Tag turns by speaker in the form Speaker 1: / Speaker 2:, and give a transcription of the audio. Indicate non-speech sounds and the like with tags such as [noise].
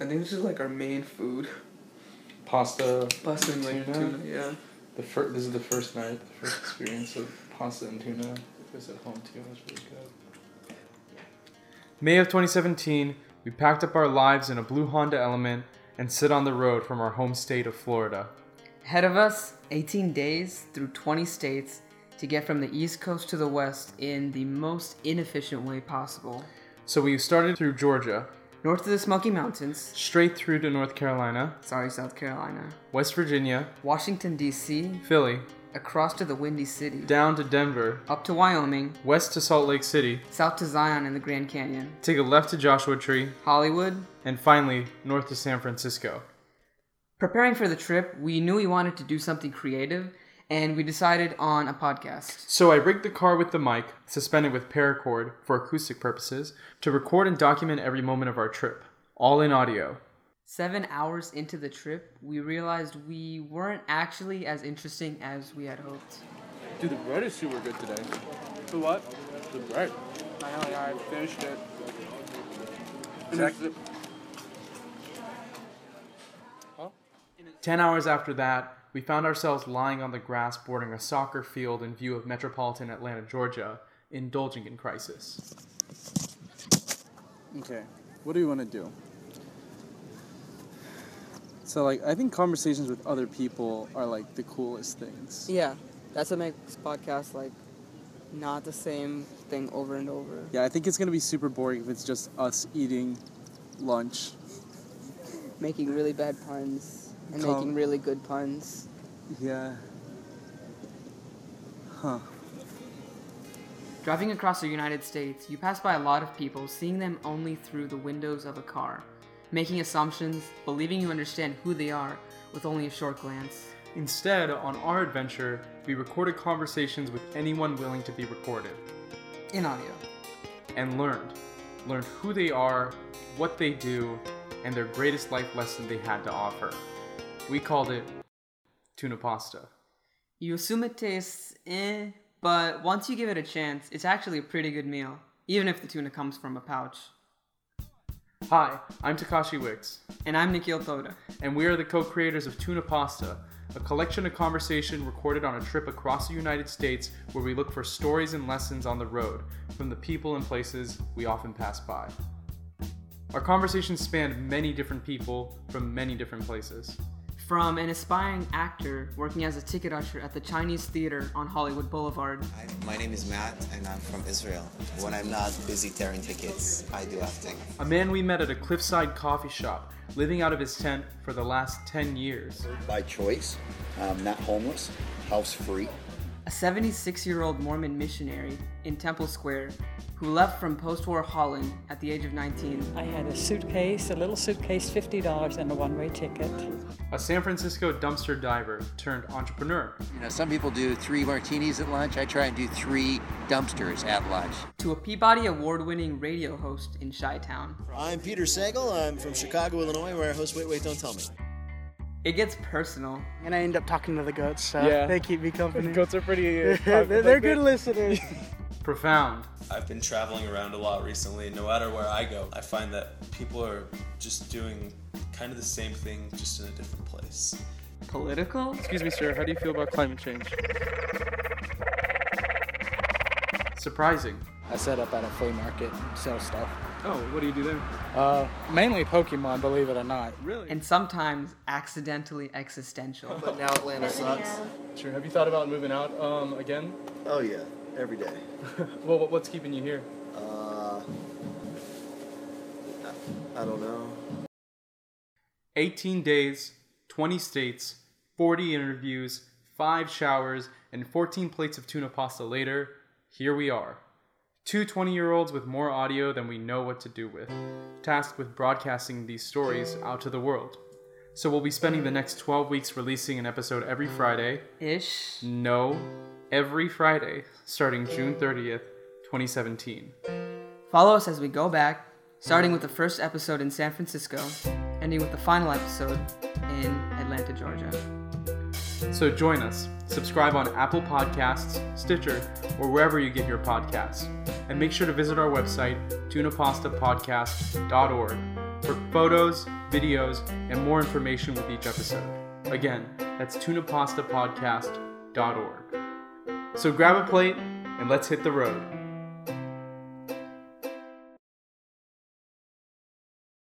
Speaker 1: I think this is like our main food.
Speaker 2: Pasta.
Speaker 1: Pasta and like
Speaker 2: Tuna?
Speaker 1: tuna. Yeah.
Speaker 2: The fir- This is the first night, the first experience of pasta and tuna. It was at home too. It was really good.
Speaker 3: May of 2017, we packed up our lives in a blue Honda Element and sit on the road from our home state of Florida.
Speaker 4: Ahead of us, 18 days through 20 states to get from the East Coast to the West in the most inefficient way possible.
Speaker 3: So we started through Georgia,
Speaker 4: North of the Smoky Mountains,
Speaker 3: straight through to North Carolina,
Speaker 4: sorry, South Carolina,
Speaker 3: West Virginia,
Speaker 4: Washington, D.C.,
Speaker 3: Philly,
Speaker 4: across to the Windy City,
Speaker 3: down to Denver,
Speaker 4: up to Wyoming,
Speaker 3: west to Salt Lake City,
Speaker 4: south to Zion and the Grand Canyon,
Speaker 3: take a left to Joshua Tree,
Speaker 4: Hollywood.
Speaker 3: and finally north to San Francisco.
Speaker 4: Preparing for the trip, we knew we wanted to do something creative, and we decided on a podcast.
Speaker 3: So I rigged the car with the mic, suspended with paracord for acoustic purposes, to record and document every moment of our trip, all in audio.
Speaker 4: Seven hours into the trip, we realized we weren't actually as interesting as we had hoped.
Speaker 2: Dude, the bread is super good today.
Speaker 1: The what?
Speaker 2: The bread.
Speaker 1: I know. Yeah, I finished it.
Speaker 2: Zach-
Speaker 3: 10 hours after that, we found ourselves lying on the grass bordering a soccer field in view of metropolitan Atlanta, Georgia, indulging in crisis.
Speaker 2: Okay. What do we want to do? So like I think conversations with other people are like the coolest things.
Speaker 5: Yeah, that's what makes podcasts like not the same thing over and over.
Speaker 2: Yeah, I think it's gonna be super boring if it's just us eating lunch.
Speaker 5: Making really bad puns and
Speaker 2: Come.
Speaker 5: making really good puns.
Speaker 2: Yeah. Huh.
Speaker 4: Driving across the United States, you pass by a lot of people, seeing them only through the windows of a car, making assumptions, believing you understand who they are with only a short glance.
Speaker 3: Instead, on our adventure, we recorded conversations with anyone willing to be recorded
Speaker 4: In audio.
Speaker 3: and learned. Learned who they are, what they do, and their greatest life lesson they had to offer. We called it tuna pasta.
Speaker 4: You assume it tastes eh, but once you give it a chance, it's actually a pretty good meal, even if the tuna comes from a pouch.
Speaker 3: Hi, I'm Takashi Wicks.
Speaker 4: And I'm Nikhil Toda.
Speaker 3: and we are the co-creators of Tuna Pasta, a collection of conversation recorded on a trip across the United States where we look for stories and lessons on the road from the people and places we often pass by. Our conversations spanned many different people from many different places.
Speaker 4: From an aspiring actor working as a ticket usher at the Chinese theater on Hollywood Boulevard
Speaker 6: Hi, my name is Matt, and I'm from Israel. When I'm not busy tearing tickets, I do acting.
Speaker 3: A man we met at a cliffside coffee shop, living out of his tent for the last 10 years.
Speaker 7: by choice, um, not homeless, house free.
Speaker 4: a 76 year old Mormon missionary in Temple Square who left from post war Holland at the age of 19,
Speaker 8: I had a suitcase, a little suitcase, $50, and a one way ticket.
Speaker 3: A San Francisco dumpster diver turned entrepreneur.
Speaker 9: You know, some people do three martinis at lunch. I try and do three dumpsters at lunch.
Speaker 4: to a Peabody Award winning radio host in Chi Town.
Speaker 6: I'm Peter Sagal. I'm from Chicago, Illinois, where I host Wait, Wait, Don't Tell Me.
Speaker 4: It gets personal.
Speaker 10: And I end up talking to the goats, so
Speaker 2: Yeah.
Speaker 10: they keep me
Speaker 2: [laughs]
Speaker 10: company.
Speaker 2: Goats are pretty. uh,
Speaker 10: they're, [laughs] they're good
Speaker 2: [laughs]
Speaker 10: listeners.
Speaker 3: Profound.
Speaker 11: I've been traveling around a lot recently, and no matter where I go, I find that people are just doing kind of the same thing, just in a different place.
Speaker 4: Political?
Speaker 2: Excuse me, sir. How do you feel about climate change?
Speaker 3: Surprising.
Speaker 9: I set up at a flea market and sell stuff.
Speaker 3: Oh, what do you do there?
Speaker 9: Uh, mainly Pokemon, believe it or not.
Speaker 4: And sometimes accidentally existential.
Speaker 7: But now Atlanta sucks.
Speaker 3: Sure. Have you thought about moving out um, again?
Speaker 7: Oh yeah, every day.
Speaker 3: [laughs] Well, what- what's keeping you here?
Speaker 7: Uh, I, I don't know.
Speaker 3: 18 days, 20 states, 40 interviews, 5 showers, and 14 plates of tuna pasta later, here we are. Two 20 year olds with more audio than we know what to do with, tasked with broadcasting these stories out to the world. So we'll be spending the next 12 weeks releasing an episode every Friday.
Speaker 4: Ish.
Speaker 3: No, every Friday, starting June 30th, 2017.
Speaker 4: Follow us as we go back, starting with the first episode in San Francisco, ending with the final episode in Atlanta, Georgia.
Speaker 3: So join us. Subscribe on Apple Podcasts, Stitcher, or wherever you get your podcasts. And make sure to visit our website, tunapastapodcast.org, for for photos, videos, and more information with each episode. Again, that's tunapastapodcast.org. So grab a plate and let's hit the road.